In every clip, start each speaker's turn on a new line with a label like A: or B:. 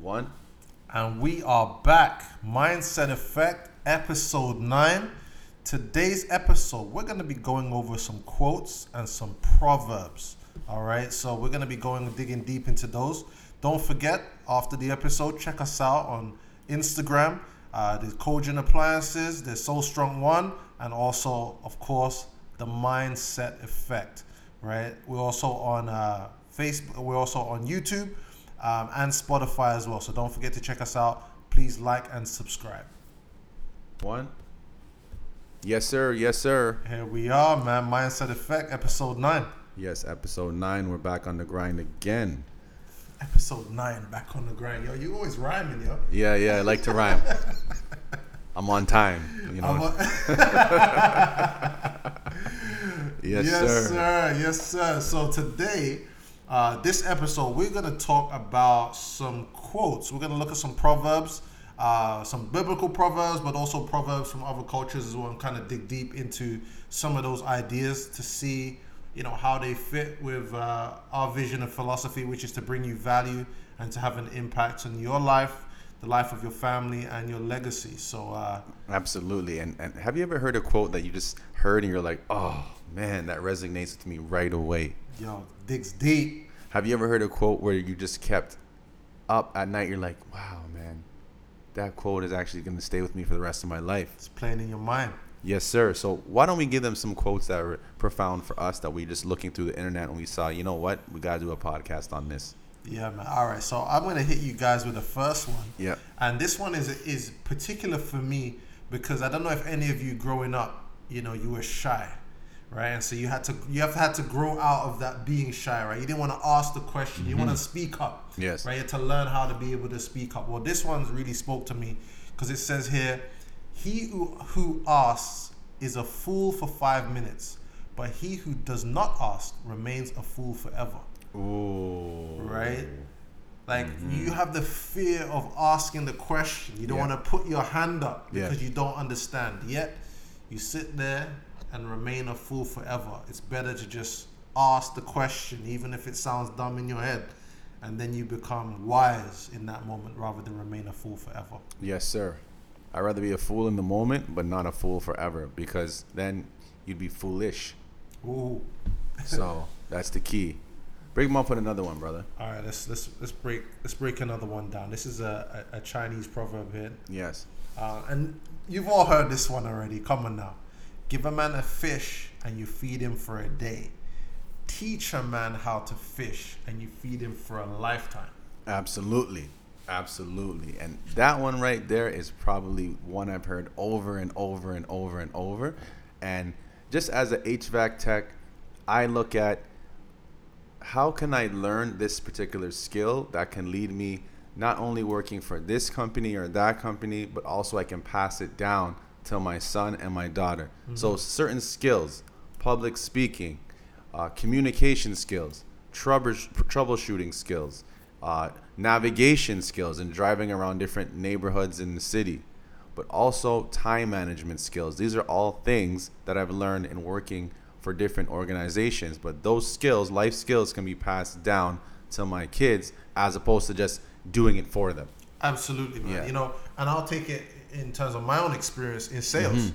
A: One.
B: And we are back. Mindset Effect, episode 9. Today's episode, we're going to be going over some quotes and some proverbs. All right, so we're going to be going digging deep into those. Don't forget, after the episode, check us out on Instagram. Uh, there's Cogent Appliances, there's So Strong One, and also, of course, the Mindset Effect. Right, we're also on uh, Facebook, we're also on YouTube um, and Spotify as well. So don't forget to check us out. Please like and subscribe.
A: One. Yes, sir. Yes, sir.
B: Here we are, man. Mindset Effect, episode nine.
A: Yes, episode nine. We're back on the grind again.
B: Episode nine, back on the grind. Yo, you always rhyming, yo.
A: Yeah, yeah. I like to rhyme. I'm on time. You know.
B: I'm a-
A: yes,
B: yes,
A: sir.
B: sir. Yes, sir. So today, uh, this episode, we're going to talk about some quotes. We're going to look at some proverbs, uh, some biblical proverbs, but also proverbs from other cultures as well, and kind of dig deep into some of those ideas to see, you know, how they fit with uh, our vision of philosophy, which is to bring you value and to have an impact on your life, the life of your family, and your legacy. So, uh,
A: Absolutely. And and have you ever heard a quote that you just heard and you're like, oh man, that resonates with me right away?
B: yo, digs deep.
A: Have you ever heard a quote where you just kept up at night? You're like, wow, man, that quote is actually going to stay with me for the rest of my life.
B: It's playing in your mind.
A: Yes, sir. So why don't we give them some quotes that are profound for us that we just looking through the internet and we saw, you know what, we gotta do a podcast on this.
B: Yeah, man. All right, so I'm gonna hit you guys with the first one.
A: Yeah.
B: And this one is is particular for me because I don't know if any of you growing up, you know, you were shy, right? And so you had to you have had to grow out of that being shy, right? You didn't want to ask the question. You want to speak up.
A: Mm-hmm. Yes.
B: Right. You had to learn how to be able to speak up. Well, this one's really spoke to me because it says here, he who, who asks is a fool for five minutes, but he who does not ask remains a fool forever
A: Ooh.
B: right? Like you have the fear of asking the question. You don't
A: Yeah.
B: want to put your hand up
A: Yeah.
B: because you don't understand. Yet you sit there and remain a fool forever. It's better to just ask the question, even if it sounds dumb in your head, and then you become wise in that moment rather than remain a fool forever.
A: Yes, sir. I'd rather be a fool in the moment, but not a fool forever, because then you'd be foolish.
B: Ooh.
A: So that's the key. Break them up with another one, brother.
B: All right, let's let's let's break let's break another one down. This is a, a, a Chinese proverb here.
A: Yes.
B: Uh, and you've all heard this one already. Come on now. Give a man a fish and you feed him for a day. Teach a man how to fish and you feed him for a lifetime.
A: Absolutely. Absolutely. And that one right there is probably one I've heard over and over and over and over. And just as a HVAC tech, I look at how can I learn this particular skill that can lead me not only working for this company or that company, but also I can pass it down to my son and my daughter. So certain skills, public speaking, uh, communication skills, troubles- troubleshooting skills, uh, navigation skills, and driving around different neighborhoods in the city but also time management skills. These are all things that I've learned in working for different organizations. But those skills, life skills, can be passed down to my kids as opposed to just doing it for them.
B: Absolutely, man.
A: Yeah.
B: You know, and I'll take it in terms of my own experience in sales,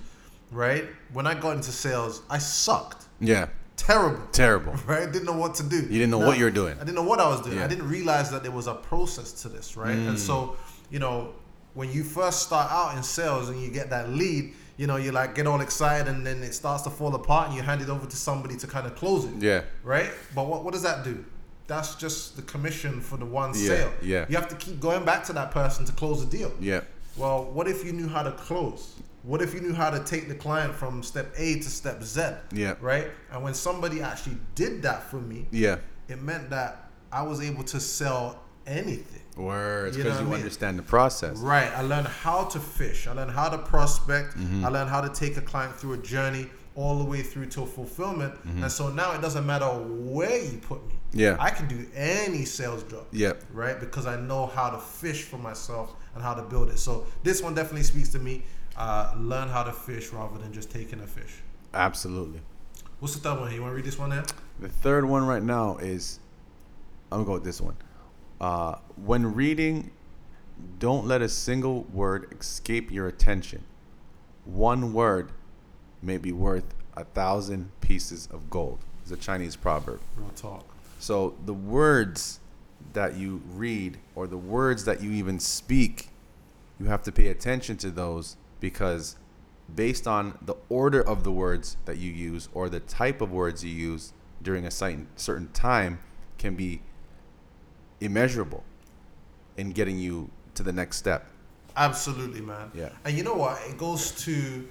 B: right? When I got into sales, I sucked.
A: Yeah,
B: Terrible.
A: terrible.
B: right? Didn't know what to do. You
A: didn't know what you were doing.
B: I didn't know what I was doing.
A: Yeah. Mm.
B: I didn't realize that there was a process to this, right? And so, you know, when you first start out in sales and you get that lead, you know, you like get all excited and then it starts to fall apart and you hand it over to somebody to kind of close it.
A: Yeah.
B: Right? But what, what does that do? That's just the commission for the one
A: Yeah,
B: sale.
A: yeah.
B: You have to keep going back to that person to close the deal.
A: Yeah,
B: Well, what if you knew how to close? What if you knew how to take the client from step A to step Z?
A: Yeah.
B: Right? And when somebody actually did that for me,
A: yeah.
B: it meant that I was able to sell anything.
A: Words,
B: You know
A: because
B: what
A: you,
B: I mean?
A: understand the process.
B: Right. I learned how to fish. I learned how to prospect. I learned how to take a client through a journey all the way through to fulfillment. And so now it doesn't matter where you put me.
A: Yeah.
B: I can do any sales job.
A: Yep.
B: Right? Because I know how to fish for myself and how to build it. So this one definitely speaks to me. Uh, learn how to fish rather than just taking a fish.
A: Absolutely.
B: What's the third one? here? You want to read this one here?
A: The third one right now is I'm gonna go with this one. Uh, when reading Don't let a single word escape your attention. One word may be worth a thousand pieces of gold. It's a Chinese proverb.
B: Real talk.
A: So the words that you read or the words that you even speak, you have to pay attention to those because based on the order of the words that you use or the type of words you use during a certain certain time can be immeasurable in getting you to the next step.
B: Absolutely, man.
A: Yeah.
B: And you know what? It goes to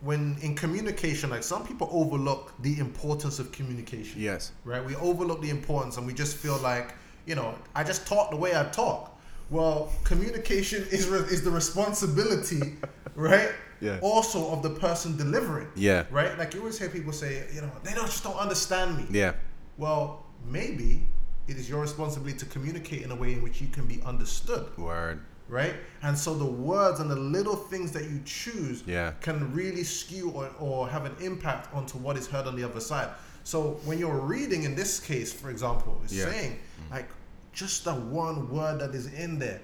B: when in communication, like some people overlook the importance of communication.
A: Yes.
B: Right? We overlook the importance and we just feel like, you know, I just talk the way I talk. Well, communication is re- is the responsibility, right?
A: Yeah.
B: Also of the person delivering.
A: Yeah.
B: Right? Like you always hear people say, you know, they don't just don't understand me.
A: Yeah.
B: Well, maybe it is your responsibility to communicate in a way in which you can be understood
A: Word.
B: right? And so the words and the little things that you choose
A: Yeah.
B: can really skew or, or have an impact onto what is heard on the other side. So when you're reading, in this case, for example, it's
A: Yeah. Mm.
B: saying like just the one word that is in there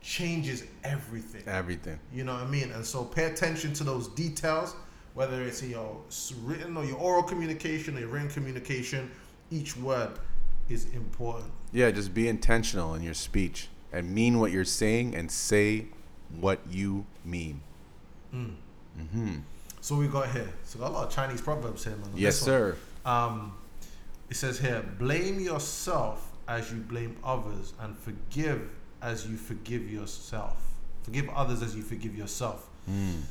B: changes everything.
A: Everything.
B: You know what I mean? And so pay attention to those details, whether it's in your s- written or your oral communication or your written communication, each word is important.
A: Yeah, just be intentional in your speech and mean what you're saying and say what you mean.
B: So we got here. So got a lot of Chinese proverbs here, man. on
A: Yes,
B: this one.
A: sir.
B: Um, it says here, blame yourself as you blame others, and forgive as you forgive yourself. Forgive others as you forgive yourself.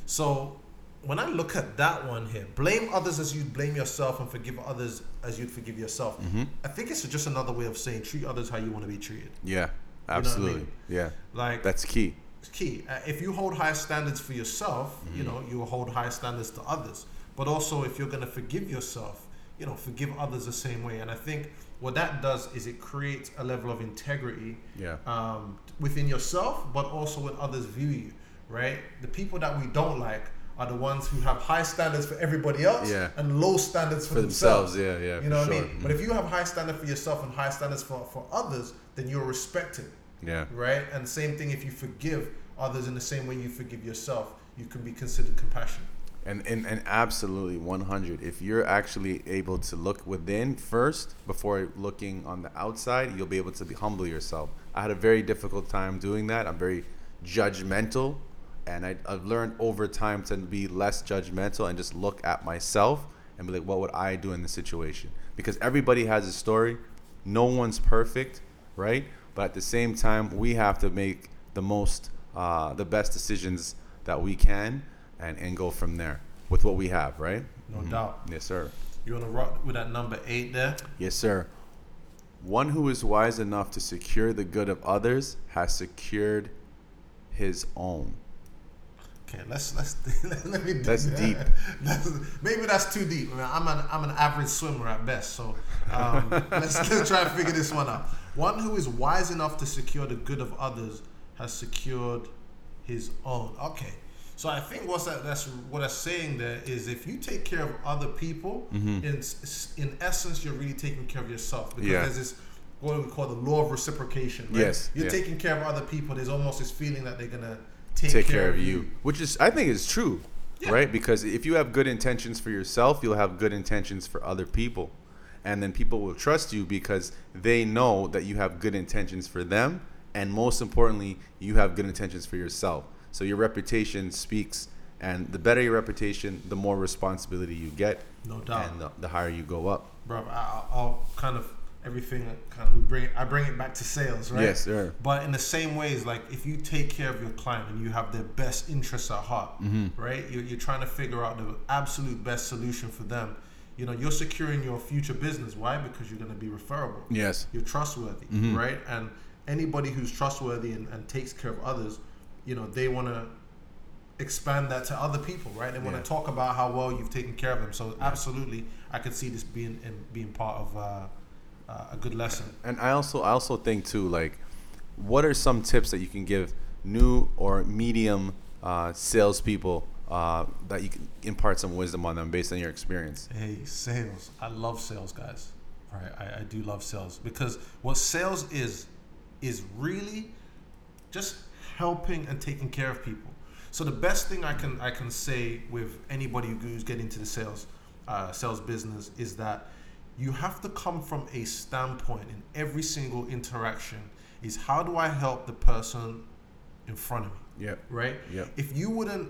B: So when I look at that one here, blame others as you blame yourself, and forgive others as you'd forgive yourself. I think it's just another way of saying treat others how you want to be treated.
A: Yeah,
B: I mean?
A: absolutely. Yeah,
B: Like
A: that's key.
B: it's key. Uh, if you hold high standards for yourself,
A: Mm-hmm.
B: you know you will hold high standards to others. But also, if you're going to forgive yourself, you know forgive others the same way. And I think what that does is it creates a level of integrity
A: Yeah,
B: um, within yourself, but also when others view you. Right? The people that we don't like are the ones who have high standards for everybody else
A: Yeah.
B: and low standards for,
A: for
B: themselves.
A: themselves. Yeah, yeah.
B: You know
A: for
B: what I
A: sure. Mm-hmm.
B: mean? But if you have high standard for yourself and high standards for, for others, then you're respected
A: yeah,
B: right? And same thing if you forgive others in the same way you forgive yourself, you can be considered compassionate.
A: and, and and absolutely 100. If you're actually able to look within first before looking on the outside, you'll be able to be humble yourself. I had a very difficult time doing that. I'm very judgmental, and I, I've learned over time to be less judgmental and just look at myself and be like, what would I do in this situation? Because everybody has a story. No one's perfect, right? But at the same time, we have to make the most, uh, the best decisions that we can and, and go from there with what we have, right?
B: No doubt.
A: Yes, sir.
B: You want to rock with that number eight there?
A: Yes, sir. One who is wise enough to secure the good of others has secured his own.
B: Okay, let's let's let me. do
A: That's
B: that.
A: deep.
B: That's, maybe that's too deep. I mean, I'm an I'm an average swimmer at best, so um, let's let's try and figure this one out. One who is wise enough to secure the good of others has secured his own. Okay, so I think what's that? That's what I'm saying there is if you take care of other people, in s- in essence, you're really taking care of yourself because
A: Mm-hmm. Yeah.
B: there's this what we call the law of reciprocation. Right?
A: Yes,
B: you're
A: yeah.
B: taking care of other people. There's almost this feeling that they're gonna take,
A: take care of you, which is I think is true,
B: Yeah.
A: right? Because if you have good intentions for yourself, you'll have good intentions for other people, and then people will trust you because they know that you have good intentions for them, and most importantly, you have good intentions for yourself. So your reputation speaks, and the better your reputation, the more responsibility you get,
B: No doubt.
A: and the, the higher you go up.
B: bro. I, I'll- I'll kind of everything uh, kind of we bring. I bring it back to sales, right?
A: Yes, sir.
B: But in the same ways, like if you take care of your client and you have their best interests at heart,
A: Mm-hmm.
B: right? You're, you're trying to figure out the absolute best solution for them. You know, you're securing your future business. Why? Because you're going to be referable.
A: Yes. Mm-hmm.
B: You're trustworthy, right? And anybody who's trustworthy and, and takes care of others, you know, they want to expand that to other people, right? They want to
A: Yeah.
B: talk about how well you've taken care of them. So absolutely, I could see this being in, being part of uh, uh, a good lesson.
A: And I also I also think too like, what are some tips that you can give new or medium uh, salespeople uh, that you can impart some wisdom on them based on your experience?
B: Hey, sales. I love sales, guys. Right, I, I do love sales because what sales is is really just helping and taking care of people. So the best thing I can I can say with anybody who's getting into the sales uh, sales business is that you have to come from a standpoint in every single interaction is how do I help the person in front of me,
A: Yep.
B: right?
A: Yep.
B: If you wouldn't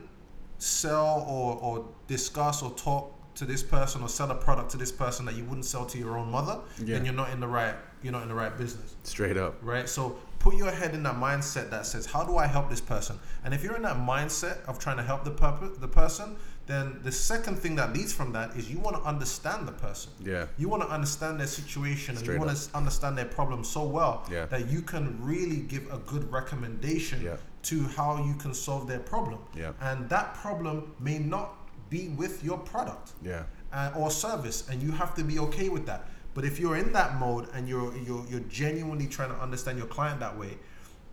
B: sell or, or discuss or talk to this person or sell a product to this person that you wouldn't sell to your own mother,
A: Yeah.
B: then you're not in the right you're not in the right business
A: Straight up.
B: right? So put your head in that mindset that says, "How do I help this person?" And if you're in that mindset of trying to help the purpose, the person, then the second thing that leads from that is you want to understand the person.
A: Yeah.
B: You want to understand their situation and
A: Straight
B: you want
A: up.
B: to understand their problem so well
A: Yeah.
B: that you can really give a good recommendation
A: Yeah.
B: to how you can solve their problem.
A: Yeah.
B: And that problem may not be with your product
A: Yeah.
B: uh, or service, and you have to be okay with that. But if you're in that mode and you're you're, you're genuinely trying to understand your client that way,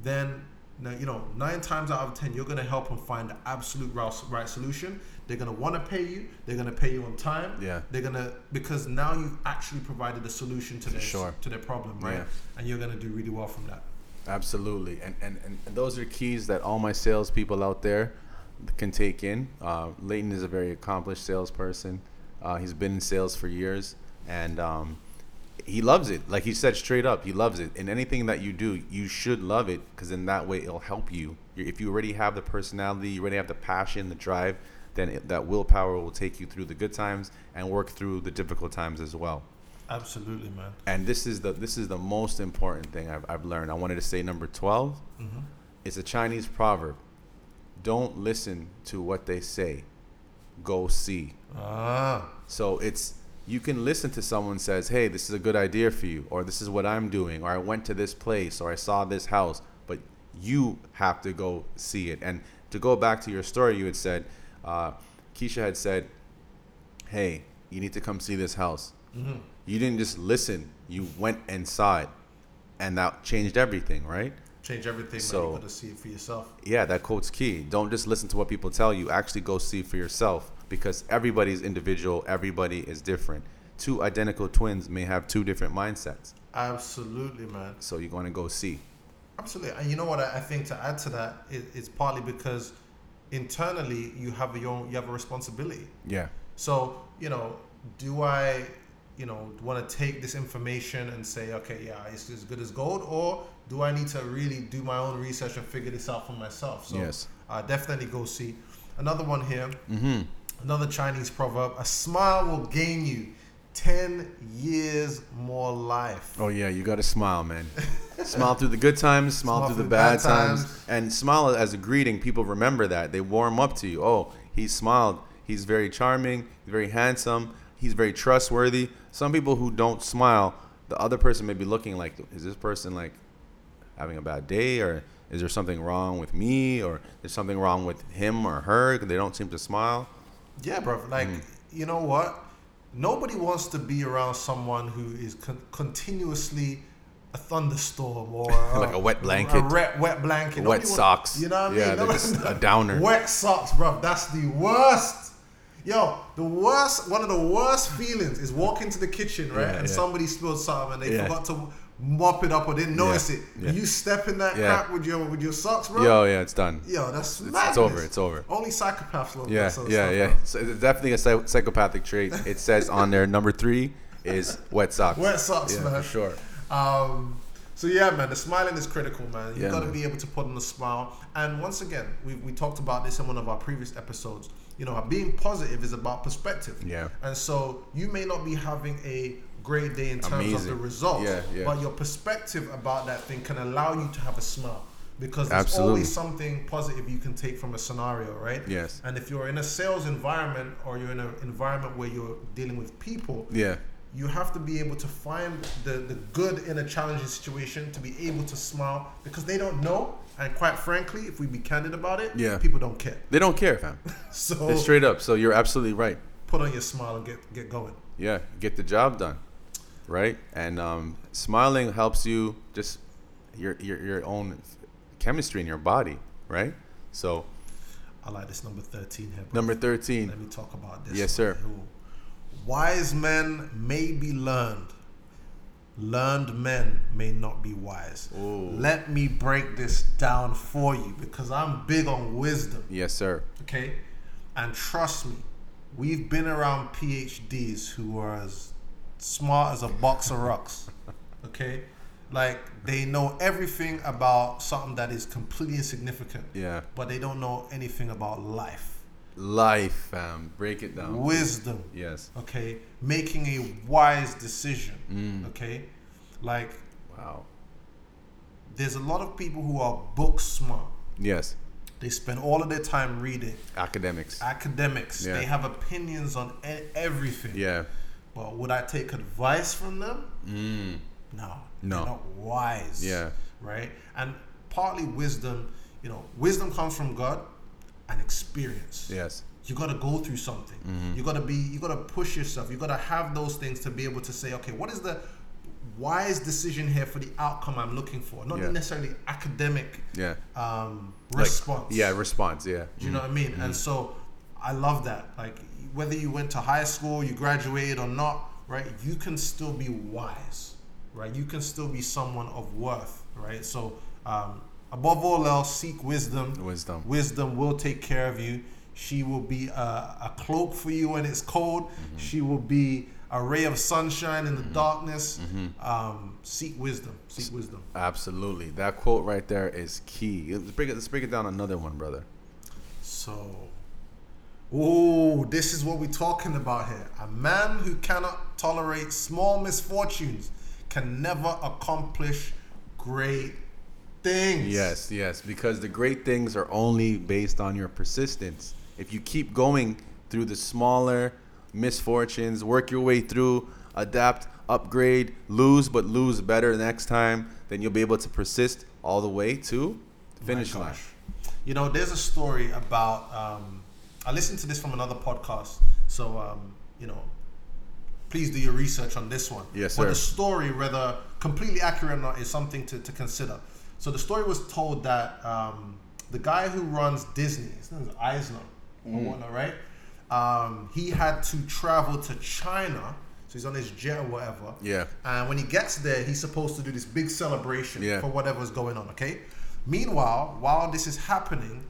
B: then now, you know nine times out of ten you're going to help them find the absolute right, right solution. They're going to want to pay you. They're going to pay you on time.
A: Yeah.
B: They're going to because now you've actually provided a solution to their
A: sure.
B: to their problem, right?
A: Yeah.
B: And you're going to do really well from that.
A: Absolutely, and, and and those are keys that all my salespeople out there can take in. Uh, Leighton is a very accomplished salesperson. Uh, he's been in sales for years, and um, he loves it. Like he said straight up, he loves it. And anything that you do, you should love it because in that way it'll help you. You- If you already have the personality, you already have the passion, the drive, then it, that willpower will take you through the good times and work through the difficult times as well
B: Absolutely, man.
A: and this is the this is the most important thing I've, I've learned. I wanted to say number 12 It's a Chinese proverb. Don't listen to what they say. Go see.
B: Ah,
A: So it's you can listen to someone says, "Hey, this is a good idea for you," or "This is what I'm doing," or "I went to this place," or "I saw this house," but you have to go see it. And to go back to your story, you had said, uh, Keisha had said, "Hey, you need to come see this house." You didn't just listen; you went and saw it, and that changed everything, right?
B: change everything. man.
A: So-
B: you got to see it for yourself.
A: Yeah, that quote's key. Don't just listen to what people tell you. Actually, go see for yourself because everybody's individual. Everybody is different. Two identical twins may have two different mindsets.
B: Absolutely, man.
A: So you're going to go see.
B: Absolutely, and you know what I, I think to add to that is it's partly because internally you have your own, you have a responsibility.
A: Yeah.
B: So you know, do I, you know, want to take this information and say, okay, yeah, it's as good as gold, or do I need to really do my own research and figure this out for myself? So
A: Yes.
B: uh, definitely go see. Another one here,
A: Mm-hmm.
B: another Chinese proverb: a smile will gain you ten years more life.
A: Oh yeah, you got to smile, man. smile through the good times, smile, through, the bad, times. and smile as a greeting. People remember that. They warm up to you. Oh, he smiled. He's very charming. He's very handsome. He's very trustworthy. Some people who don't smile, the other person may be looking like, is this person like having a bad day, or is there something wrong with me, or there's something wrong with him or her? 'cause They don't seem to smile.
B: Yeah, bro. Like,
A: Mm.
B: you know what? Nobody wants to be around someone who is con- continuously a thunderstorm or
A: Like a wet blanket.
B: a re- wet blanket,
A: Wet
B: Nobody wa-
A: socks.
B: You know what I mean?
A: Yeah, they're
B: Nobody-
A: just a downer.
B: Wet socks, bro. That's the worst. Yo, the worst. One of the worst feelings is walking to the kitchen, right,
A: Yeah,
B: and
A: yeah.
B: somebody spilled something and they
A: Yeah.
B: forgot to mop it up or didn't notice it.
A: yeah.
B: You step in that
A: Yeah.
B: crap with your with your socks, bro.
A: Yo, yeah, it's done.
B: Yo, that's
A: It's,
B: madness.
A: it's over. It's over.
B: Only psychopaths love
A: Yeah,
B: that sort of
A: yeah,
B: stuff,
A: yeah.
B: bro.
A: So it's definitely a psych- psychopathic trait. It says on there number three is wet socks.
B: Wet socks,
A: yeah,
B: man.
A: for sure.
B: Um, so yeah, man, the smiling is critical, man. You
A: Yeah,
B: got to
A: man.
B: be able to put on a smile. And once again, we, we talked about this in one of our previous episodes. You know, being positive is about perspective.
A: Yeah.
B: And so you may not be having a great day in terms of the
A: Amazing.
B: results,
A: Yeah, yeah.
B: but your perspective about that thing can allow you to have a smile because there's
A: Absolutely.
B: always something positive you can take from a scenario, right?
A: Yes.
B: And if you're in a sales environment or you're in an environment where you're dealing with people,
A: Yeah,
B: you have to be able to find the, the good in a challenging situation to be able to smile because they don't know and quite frankly if we be candid about it
A: Yeah.
B: people don't care
A: they don't care, fam.
B: so Oh.
A: They're straight up. So you're absolutely right.
B: put on your smile and get, get going
A: Yeah, get the job done, right? And um, smiling helps you just your your your own chemistry in your body, right? So
B: i like this number 13 here bro.
A: number thirteen.
B: let me talk about this
A: Yes,
B: one.
A: sir.
B: Ooh. wise men may be learned learned men may not be wise.
A: Ooh.
B: Let me break this down for you because I'm big on wisdom.
A: Yes, sir.
B: Okay? And trust me, we've been around PhDs who are as smart as a box of rocks. Okay? Like they know everything about something that is completely insignificant.
A: Yeah.
B: But they don't know anything about life.
A: Life, fam. Break it down.
B: Wisdom.
A: yes.
B: Okay? Making a wise decision.
A: Mm.
B: Okay? Like
A: Wow.
B: there's a lot of people who are book smart.
A: Yes.
B: They spend all of their time reading.
A: Academics.
B: academics.
A: Yeah.
B: They have opinions on e- everything.
A: yeah.
B: But would I take advice from them?
A: Mm.
B: No.
A: No.
B: They're not wise.
A: Yeah.
B: Right? And partly wisdom, you know, wisdom comes from God and experience.
A: Yes.
B: You gotta go through something.
A: Mm-hmm.
B: You gotta be you gotta push yourself. You gotta have those things to be able to say, okay, what is the wise decision here for the outcome I'm looking for? Not
A: Yeah.
B: necessarily academic
A: Yeah.
B: um,
A: Like-
B: response.
A: yeah. Response. Yeah.
B: Do you know what I mean? And so I love that. Like whether you went to high school, you graduated or not, right? You can still be wise, right? You can still be someone of worth, right? So um, above all else, seek wisdom.
A: Wisdom.
B: Wisdom will take care of you. She will be a, a cloak for you when it's cold. She will be a ray of sunshine in the darkness. Um, seek wisdom. Seek wisdom.
A: Absolutely. That quote right there is key. Let's break it. Let's break it down another one, brother.
B: So, oh, this is what we're talking about here. A man who cannot tolerate small misfortunes can never accomplish great things.
A: Yes, yes, because the great things are only based on your persistence. If you keep going through the smaller misfortunes, work your way through, adapt, upgrade, lose, but lose better next time, then you'll be able to persist all the way to the finish line.
B: gosh. You know, there's a story about. Um, I listened to this from another podcast, so um, you know, please do your research on this one.
A: Yes,
B: But the
A: sir.
B: story, whether completely accurate or not, is something to, to consider. So the story was told that um, the guy who runs Disney, his name is Eisner
A: Mm-hmm.
B: or whatnot, right? Um, he had to travel to China, so he's on his jet or whatever.
A: Yeah.
B: And when he gets there, he's supposed to do this big celebration
A: Yeah.
B: for whatever's going on, okay? Meanwhile, while this is happening,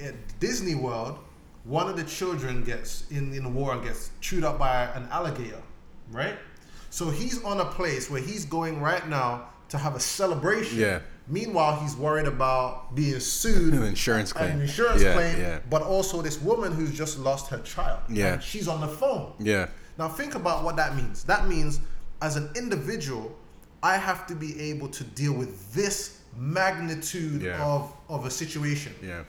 B: at Disney World, one of the children gets in, in the war and gets chewed up by an alligator, right? So he's on a place where he's going right now to have a celebration.
A: Yeah.
B: Meanwhile, he's worried about being sued
A: An insurance claim.
B: an insurance
A: yeah,
B: claim,
A: Yeah.
B: but also this woman who's just lost her child.
A: Yeah.
B: And she's on the phone.
A: Yeah.
B: Now think about what that means. That means as an individual, I have to be able to deal with this magnitude
A: Yeah.
B: of, of a situation.
A: Yeah.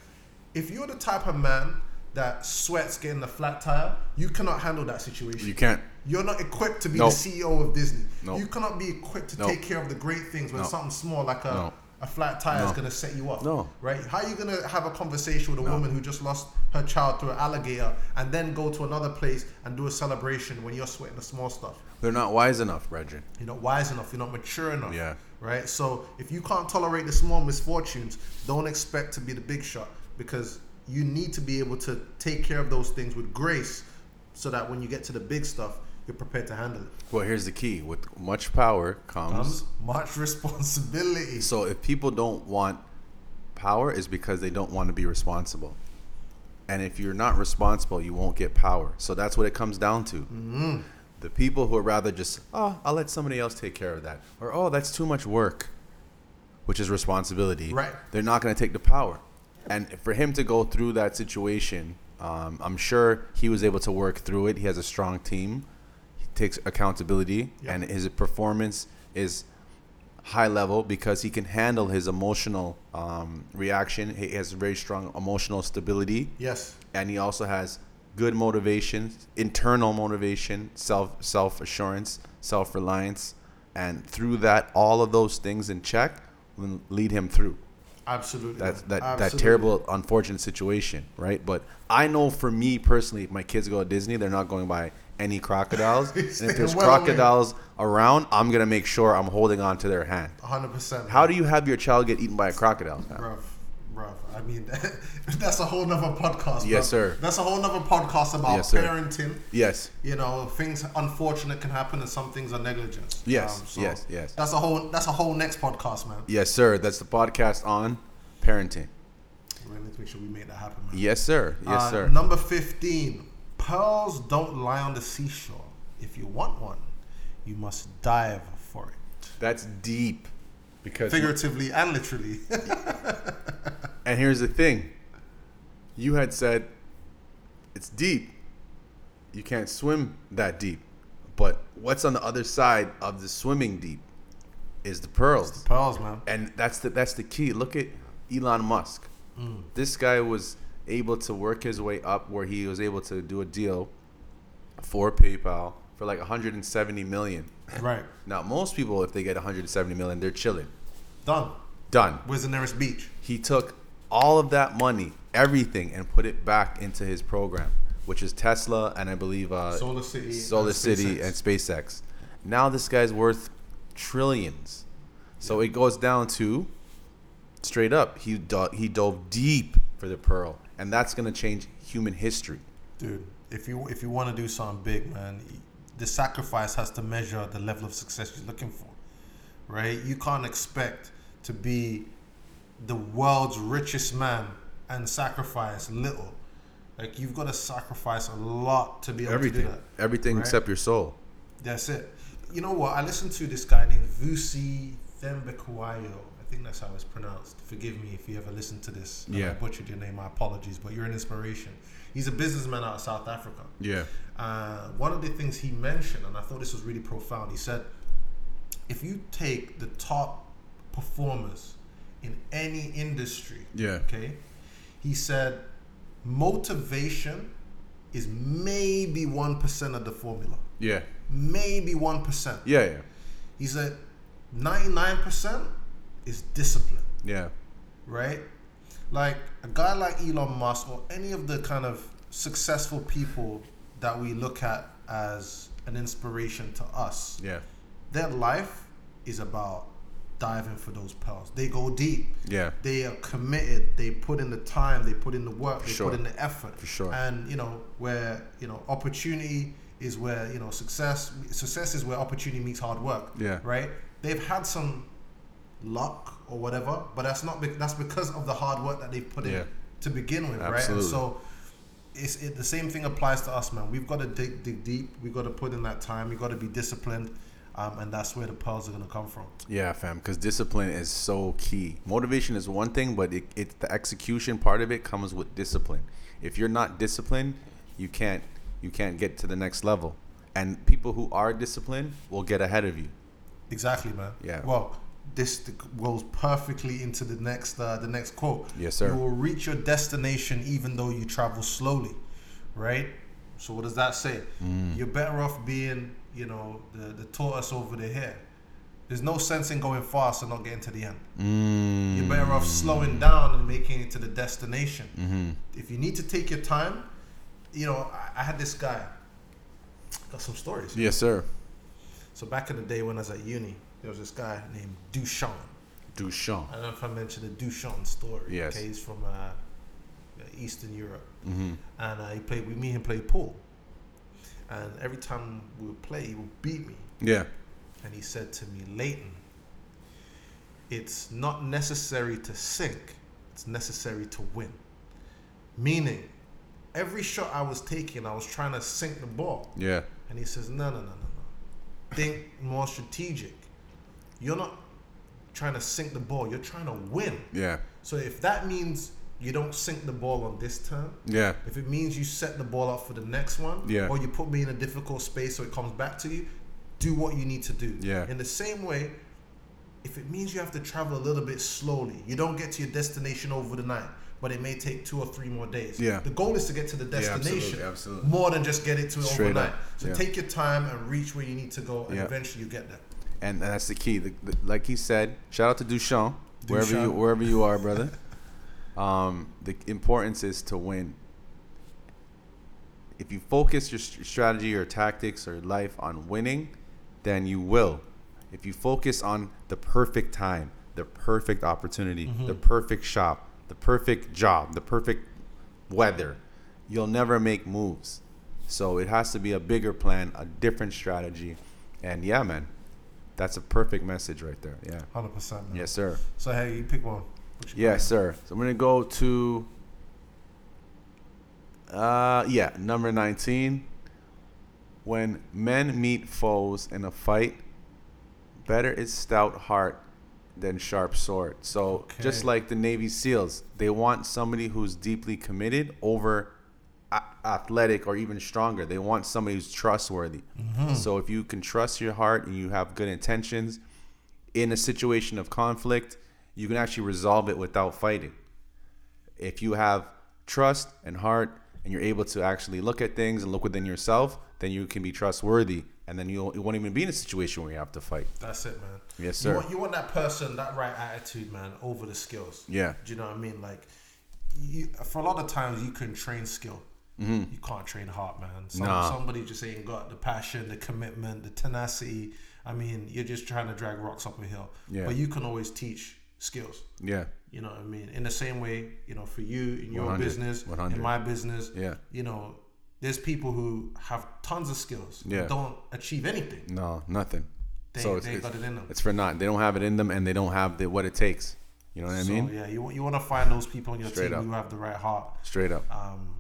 B: If you're the type of man that sweats getting a flat tire, you cannot handle that situation.
A: You can't.
B: You're not equipped to be
A: Nope.
B: the CEO of Disney.
A: Nope.
B: You cannot be equipped to
A: Nope.
B: take care of the great things when
A: No.
B: something small like a,
A: No.
B: a flat tire is
A: No.
B: going to set you off.
A: No.
B: Right? How are you going to have a conversation with a woman who just lost her child to an alligator and then go to another place and do a celebration when you're sweating the small stuff?
A: They're not wise enough, brethren.
B: You're not wise enough. You're not mature enough.
A: Yeah.
B: Right? So if you can't tolerate the small misfortunes, don't expect to be the big shot because you need to be able to take care of those things with grace so that when you get to the big stuff, you're prepared to handle it.
A: Well, here's the key: with much power
B: comes much responsibility.
A: So if people don't want power, it's because they don't want to be responsible. And if you're not responsible, you won't get power. So that's what it comes down to.
B: Mm-hmm.
A: The people who are rather just, oh, I'll let somebody else take care of that, or oh, that's too much work, which is responsibility.
B: Right.
A: They're not going to take the power. And for him to go through that situation, um, I'm sure he was able to work through it. He has a strong team. He takes accountability,
B: Yeah.
A: and his performance is high level because he can handle his emotional um, reaction. He has very strong emotional stability,
B: Yes.
A: and he also has good motivation, internal motivation, self self assurance, self reliance, and through that, all of those things in check will lead him through
B: Absolutely.
A: that that, that
B: Absolutely.
A: terrible unfortunate situation, right? But I know for me personally, if my kids go to Disney, they're not going by any crocodiles. and if there's
B: Well aware.
A: crocodiles around, I'm gonna make sure I'm holding on to their hand.
B: 100%.
A: How do you have your child get eaten by a crocodile? man?
B: Bruv, Bruv, I mean, that's a whole nother podcast.
A: Yes,
B: bruv.
A: sir.
B: That's a whole nother podcast about
A: Yes, sir.
B: parenting.
A: Yes.
B: You know, things unfortunate can happen, and some things are negligence.
A: Yes, yes, yes.
B: That's a whole. That's a whole next podcast, man.
A: Yes, sir. That's the podcast on parenting.
B: We need to make sure we make that happen, man.
A: Yes, sir. Yes,
B: Uh,
A: sir.
B: Number 15. Pearls don't lie on the seashore. If you want one, you must dive for it.
A: That's deep. Because
B: Figuratively and literally.
A: and here's the thing. You had said it's deep. You can't swim that deep. But what's on the other side of the swimming deep is the pearls.
B: Pearls, man.
A: and that's the that's the key. Look at Elon Musk. This guy was able to work his way up where he was able to do a deal for PayPal for like 170 million.
B: Right.
A: Now, most people, if they get 170 million, they're chilling.
B: Done.
A: Done.
B: Where's the nearest beach?
A: He took all of that money, everything, and put it back into his program, which is Tesla and I believe uh,
B: Solar City.
A: Solar
B: and
A: City
B: SpaceX.
A: and SpaceX. Now this guy's worth trillions. So it goes down to straight up. He do- he dove deep for the pearl, and that's gonna change human history.
B: Dude, if you if you want to do something big, man, the sacrifice has to measure the level of success you're looking for, right? You can't expect to be the world's richest man and sacrifice little. Like you've got to sacrifice a lot to be able
A: Everything,
B: to do that.
A: everything
B: right?
A: except your soul.
B: That's it. You know what? I listened to this guy named Vusi Thembekwayo. I think that's how it's pronounced. Forgive me if you ever listened to this. and
A: Yeah.
B: I butchered your name. My apologies, but you're an inspiration. He's a businessman out of South Africa
A: Yeah.
B: uh, one of the things he mentioned, and I thought this was really profound, he said, if you take the top performers in any industry,
A: Yeah.
B: okay, he said, motivation is maybe 1% of the formula.
A: Yeah.
B: Maybe 1%.
A: Yeah. Yeah.
B: He said, 99% is discipline
A: Yeah.
B: right? Like a guy like Elon Musk or any of the kind of successful people that we look at as an inspiration to us,
A: Yeah.
B: their life is about diving for those pearls. They go deep.
A: Yeah.
B: They are committed. They put in the time. They put in the work. They
A: sure.
B: put in the effort. For
A: sure.
B: And you know where you know opportunity is where you know success. Success is where opportunity meets hard work.
A: Yeah.
B: Right. They've had some luck or whatever, but that's not bec that's because of the hard work that they put
A: Yeah.
B: in to begin with, right? And
A: Absolutely.
B: so it's it, the same thing applies to us, man. We've got to dig dig deep. We've got to put in that time. We've got to be disciplined, um, and that's where the pearls are gonna come from.
A: Yeah, fam, because discipline is so key. Motivation is one thing, but it, it the execution part of it comes with discipline. If you're not disciplined, you can't you can't get to the next level. And people who are disciplined will get ahead of you.
B: Exactly, man.
A: Yeah.
B: Well, this t- goes perfectly into the next uh, the next quote.
A: Yes, sir.
B: You will reach your destination even though you travel slowly, right? So what does that say?
A: Mm.
B: You're better off being, you know, the the tortoise over the hare. There's no sense in going fast and not getting to the end. You're better off
A: Mm.
B: slowing down and making it to the destination.
A: Mm-hmm.
B: If you need to take your time, you know, I, I had this guy. Got some stories.
A: Yes, sir.
B: So back in the day when I was at uni, there was this guy named Duchamp.
A: Duchamp.
B: I don't know if I mentioned the Duchamp story.
A: Yes.
B: Okay, he's from uh, Eastern Europe,
A: Mm-hmm.
B: and uh, he played. We me and him played pool, and every time we would play, he would beat me.
A: Yeah.
B: And he said to me, Leighton, it's not necessary to sink, it's necessary to win. Meaning, every shot I was taking, I was trying to sink the ball.
A: Yeah.
B: And he says, No, no, no, no, no. Think more strategic. You're not trying to sink the ball, you're trying to win.
A: Yeah.
B: So if that means you don't sink the ball on this turn,
A: Yeah.
B: if it means you set the ball up for the next one,
A: Yeah.
B: or you put me in a difficult space so it comes back to you, do what you need to do.
A: Yeah.
B: In the same way, if it means you have to travel a little bit slowly, you don't get to your destination over the night, but it may take two or three more days.
A: Yeah.
B: The goal is to get to the
A: absolutely,
B: destination
A: absolutely.
B: more than just get it to
A: Straight
B: overnight.
A: up,
B: So
A: yeah.
B: take your time and reach where you need to go, and
A: Yeah.
B: eventually you get there.
A: and that's the key. The, the, like he said, shout out to Duchamp, wherever you
B: Duchamp.
A: wherever you are, brother. um, the importance is to win. If you focus your st- strategy or tactics or life on winning, then you will. If you focus on the perfect time, the perfect opportunity, the perfect shop, the perfect job, the perfect weather, you'll never make moves. So it has to be a bigger plan, a different strategy. And yeah, man, that's a perfect message right there. Yeah.
B: Hundred percent.
A: Yes, sir.
B: So hey, you pick one. What you
A: Yes, sir. So I'm gonna go to uh yeah, number nineteen. When men meet foes in a fight, better is stout heart than sharp sword. So just
B: Okay.
A: like the Navy SEALs, they want somebody who's deeply committed over a- athletic or even stronger. They want somebody who's trustworthy. So if you can trust your heart and you have good intentions, in a situation of conflict, you can actually resolve it without fighting. If you have trust and heart and you're able to actually look at things and look within yourself, then you can be trustworthy and then you'll, you won't even be in a situation where you have to fight.
B: That's it, man.
A: Yes,
B: You
A: sir.
B: want, you want that person, that right attitude, man, over the skills.
A: Yeah.
B: Do you know what I mean? Like, you, for a lot of times, you can train skill. You can't train heart, man. Some,
A: Mm-hmm. Nah.
B: Somebody just ain't got the passion, the commitment, the tenacity. I mean, you're just trying to drag rocks up a hill.
A: Yeah.
B: But you can always teach skills.
A: Yeah.
B: You know what I mean? In the same way, you know, for you in your
A: 100,
B: business,
A: 100.
B: in my business,
A: Yeah.
B: you know, there's people who have tons of skills,
A: Yeah.
B: and don't achieve anything.
A: No, nothing.
B: They,
A: so it's,
B: they
A: it's,
B: got it in them.
A: it's for not. They don't have it in them and they don't have the, what it takes. You know what I
B: So
A: mean?
B: yeah, you, you want to find those people on your
A: Straight
B: team
A: up.
B: who have the right heart
A: Straight up.
B: um,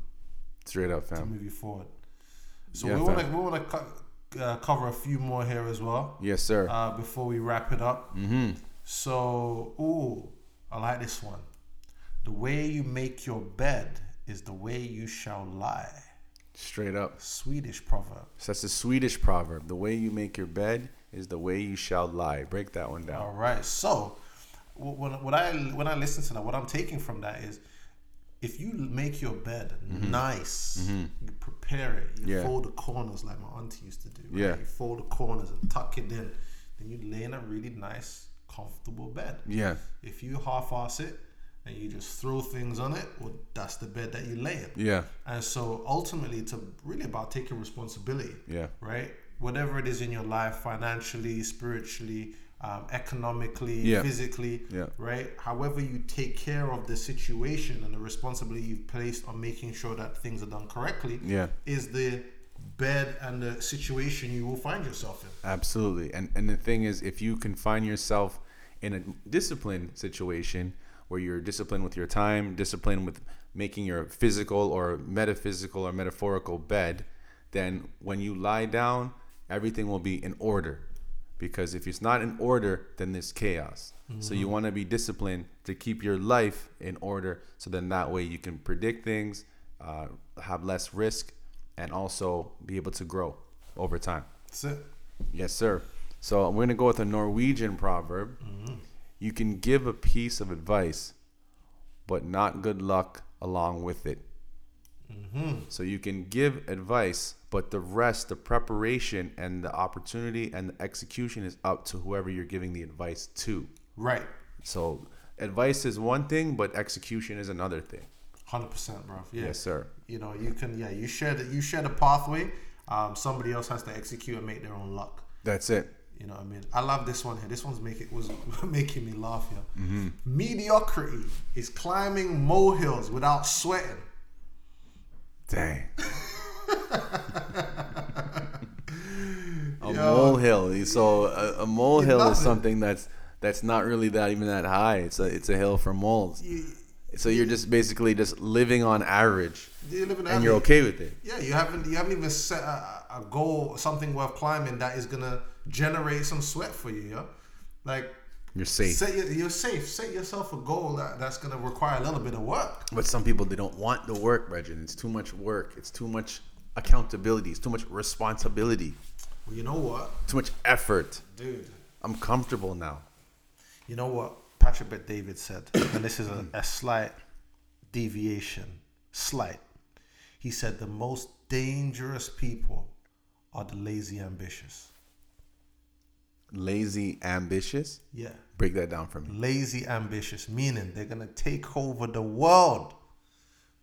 A: Straight up,
B: to
A: fam.
B: move you forward. So
A: Yeah,
B: we want to
A: fam.
B: we want to co- uh, cover a few more here as well
A: Yes, sir.
B: uh, before we wrap it up.
A: mm-hmm.
B: So ooh, I like this one. The way you make your bed is the way you shall lie.
A: Straight up.
B: Swedish proverb.
A: So that's a Swedish proverb. The way you make your bed is the way you shall lie. Break that one down.
B: All right. So wh- when, when I when I listen to that, what I'm taking from that is if you make your bed nice, you prepare it, you
A: Mm-hmm. Yeah.
B: fold the corners like my auntie used to do. right?
A: Yeah.
B: You fold the corners and tuck it in. Then you lay in a really nice, comfortable bed.
A: Yeah.
B: If you half ass it and you just throw things on it, well, that's the bed that you lay in.
A: Yeah.
B: And so ultimately, it's a, really about taking responsibility
A: Yeah.
B: right? Whatever it is in your life, financially, spiritually, um, economically,
A: Yeah.
B: physically,
A: Yeah.
B: right? However, you take care of the situation and the responsibility you've placed on making sure that things are done correctly
A: Yeah.
B: is the bed and the situation you will find yourself in.
A: Absolutely. And and the thing is if you can find yourself in a discipline situation where you're disciplined with your time, disciplined with making your physical or metaphysical or metaphorical bed, then when you lie down, everything will be in order. Because if it's not in order, then there's chaos. So you want to be disciplined to keep your life in order. So then that way you can predict things, uh, have less risk, and also be able to grow over time.
B: That's it.
A: Yes, sir. So I'm going to go with a Norwegian proverb. You can give a piece of advice, but not good luck along with it. So you can give advice, but the rest, the preparation and the opportunity and the execution is up to whoever you're giving the advice to.
B: Right.
A: So advice is one thing, but execution is another thing.
B: 100%, bro. Yeah.
A: Yes, sir.
B: You know, you can, yeah, you share the, you share the pathway. Um, somebody else has to execute and make their own luck.
A: That's it.
B: You know what I mean? I love this one here. This one's making was making me laugh here.
A: Mm-hmm.
B: Mediocrity is climbing molehills without sweating.
A: Dang. a
B: Yo.
A: molehill. So a, a molehill is
B: nothing.
A: something that's that's not really that even that high. It's a it's a hill for moles.
B: You,
A: So you're just basically just living on average,
B: you live in
A: and you're okay with it.
B: Yeah, you haven't you haven't even set a, a goal, something worth climbing that is gonna generate some sweat for you. Yeah, like
A: You're safe.
B: set your, you're safe. Set yourself a goal that, that's gonna require a little bit of work.
A: But some people they don't want the work, Regin. It's too much work. It's too much accountability. It's too much responsibility.
B: Well, you know what,
A: Too much effort.
B: dude.
A: I'm comfortable now.
B: You know what Patrick Bet David said, and this is a, a slight deviation. Slight. He said the most dangerous people are the lazy ambitious.
A: Lazy, ambitious.
B: Yeah.
A: Break that down for me.
B: Lazy ambitious, meaning they're gonna take over the world,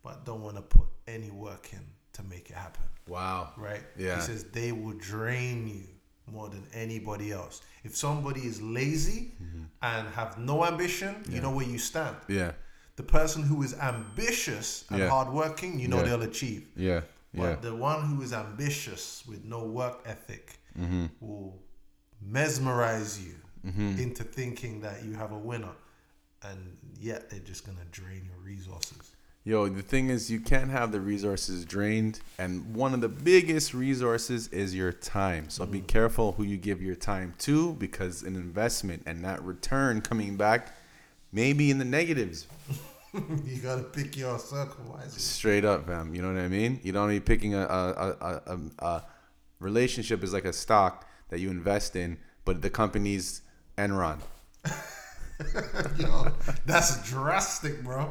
B: but don't wanna put any work in to make it happen.
A: Wow.
B: Right?
A: Yeah.
B: He says they will drain you more than anybody else. If somebody is lazy and have no ambition, you know where you stand.
A: Yeah.
B: the person who is ambitious and
A: Yeah.
B: hardworking, you know
A: Yeah.
B: they'll achieve.
A: Yeah. Yeah.
B: But the one who is ambitious with no work ethic
A: Mm-hmm.
B: will mesmerize you into thinking that you have a winner, and yet they're just gonna drain your resources.
A: Yo, the thing is, you can't have the resources drained, and one of the biggest resources is your time. So be careful who you give your time to, because an investment and that return coming back may be in the negatives.
B: you gotta pick your circle wisely.
A: Straight up, fam. You know what I mean? You don't be picking a a, a, a, a a relationship is like a stock that you invest in, but the company's Enron.
B: Yo, that's drastic, bro.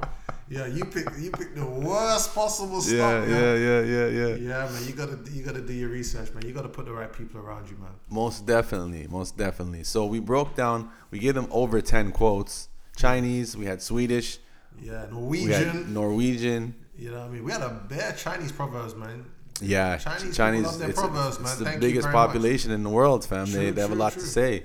B: Yeah, you pick you pick the worst possible stock. man.
A: yeah, yeah,
B: Yeah, man, you gotta you gotta do your research, man. You gotta put the right people around you, man.
A: Most definitely, most definitely. So we broke down. We gave them over ten quotes. Chinese. We had Swedish.
B: Yeah,
A: We
B: Norwegian.
A: had Norwegian.
B: you know what I mean? We had a bare Chinese proverbs, man.
A: Yeah,
B: Chinese people
A: Chinese.
B: love their
A: it's
B: proverbs,
A: it's
B: man.
A: the
B: Thank you
A: biggest
B: very much.
A: population in the world, fam. they,
B: True,
A: they have a
B: true,
A: lot
B: true.
A: to say.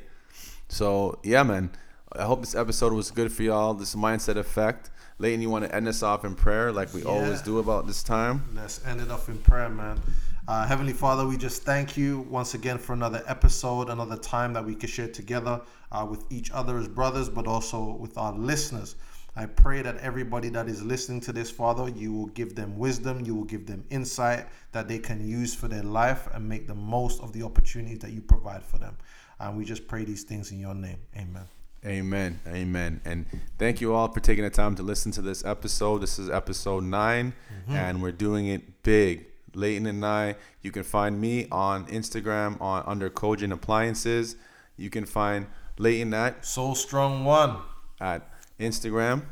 A: So yeah, man. I hope this episode was good for y'all. This mindset effect. Leighton, you want to end us off in prayer, like we always
B: Yeah.
A: do about this time.
B: Let's end it off in prayer, man. Uh, Heavenly Father, we just thank you once again for another episode, another time that we could share together uh, with each other as brothers, but also with our listeners. I pray that everybody that is listening to this, Father, you will give them wisdom, you will give them insight that they can use for their life and make the most of the opportunities that you provide for them. And we just pray these things in your name. Amen.
A: Amen. Amen. And thank you all for taking the time to listen to this episode. This is episode 9 and we're doing it big. Leighton and I, you can find me on Instagram on under Kojin Appliances. You can find Leighton at,
B: Soul Strong One.
A: at Instagram.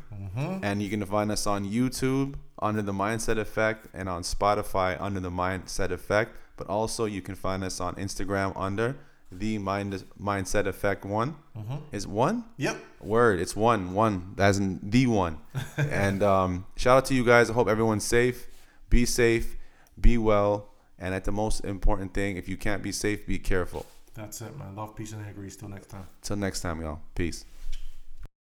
A: And you can find us on YouTube under the Mindset Effect and on Spotify under the Mindset Effect. But also, you can find us on Instagram under the Mind, Mindset Effect one. Is one?
B: Yep.
A: Word, it's one, one. That's in the one. and um, shout out to you guys. I hope everyone's safe. Be safe, be well, and at the most important thing, if you can't be safe, be careful.
B: That's it, man. Love, peace, and agree. Till next time.
A: Till next time, y'all. Peace.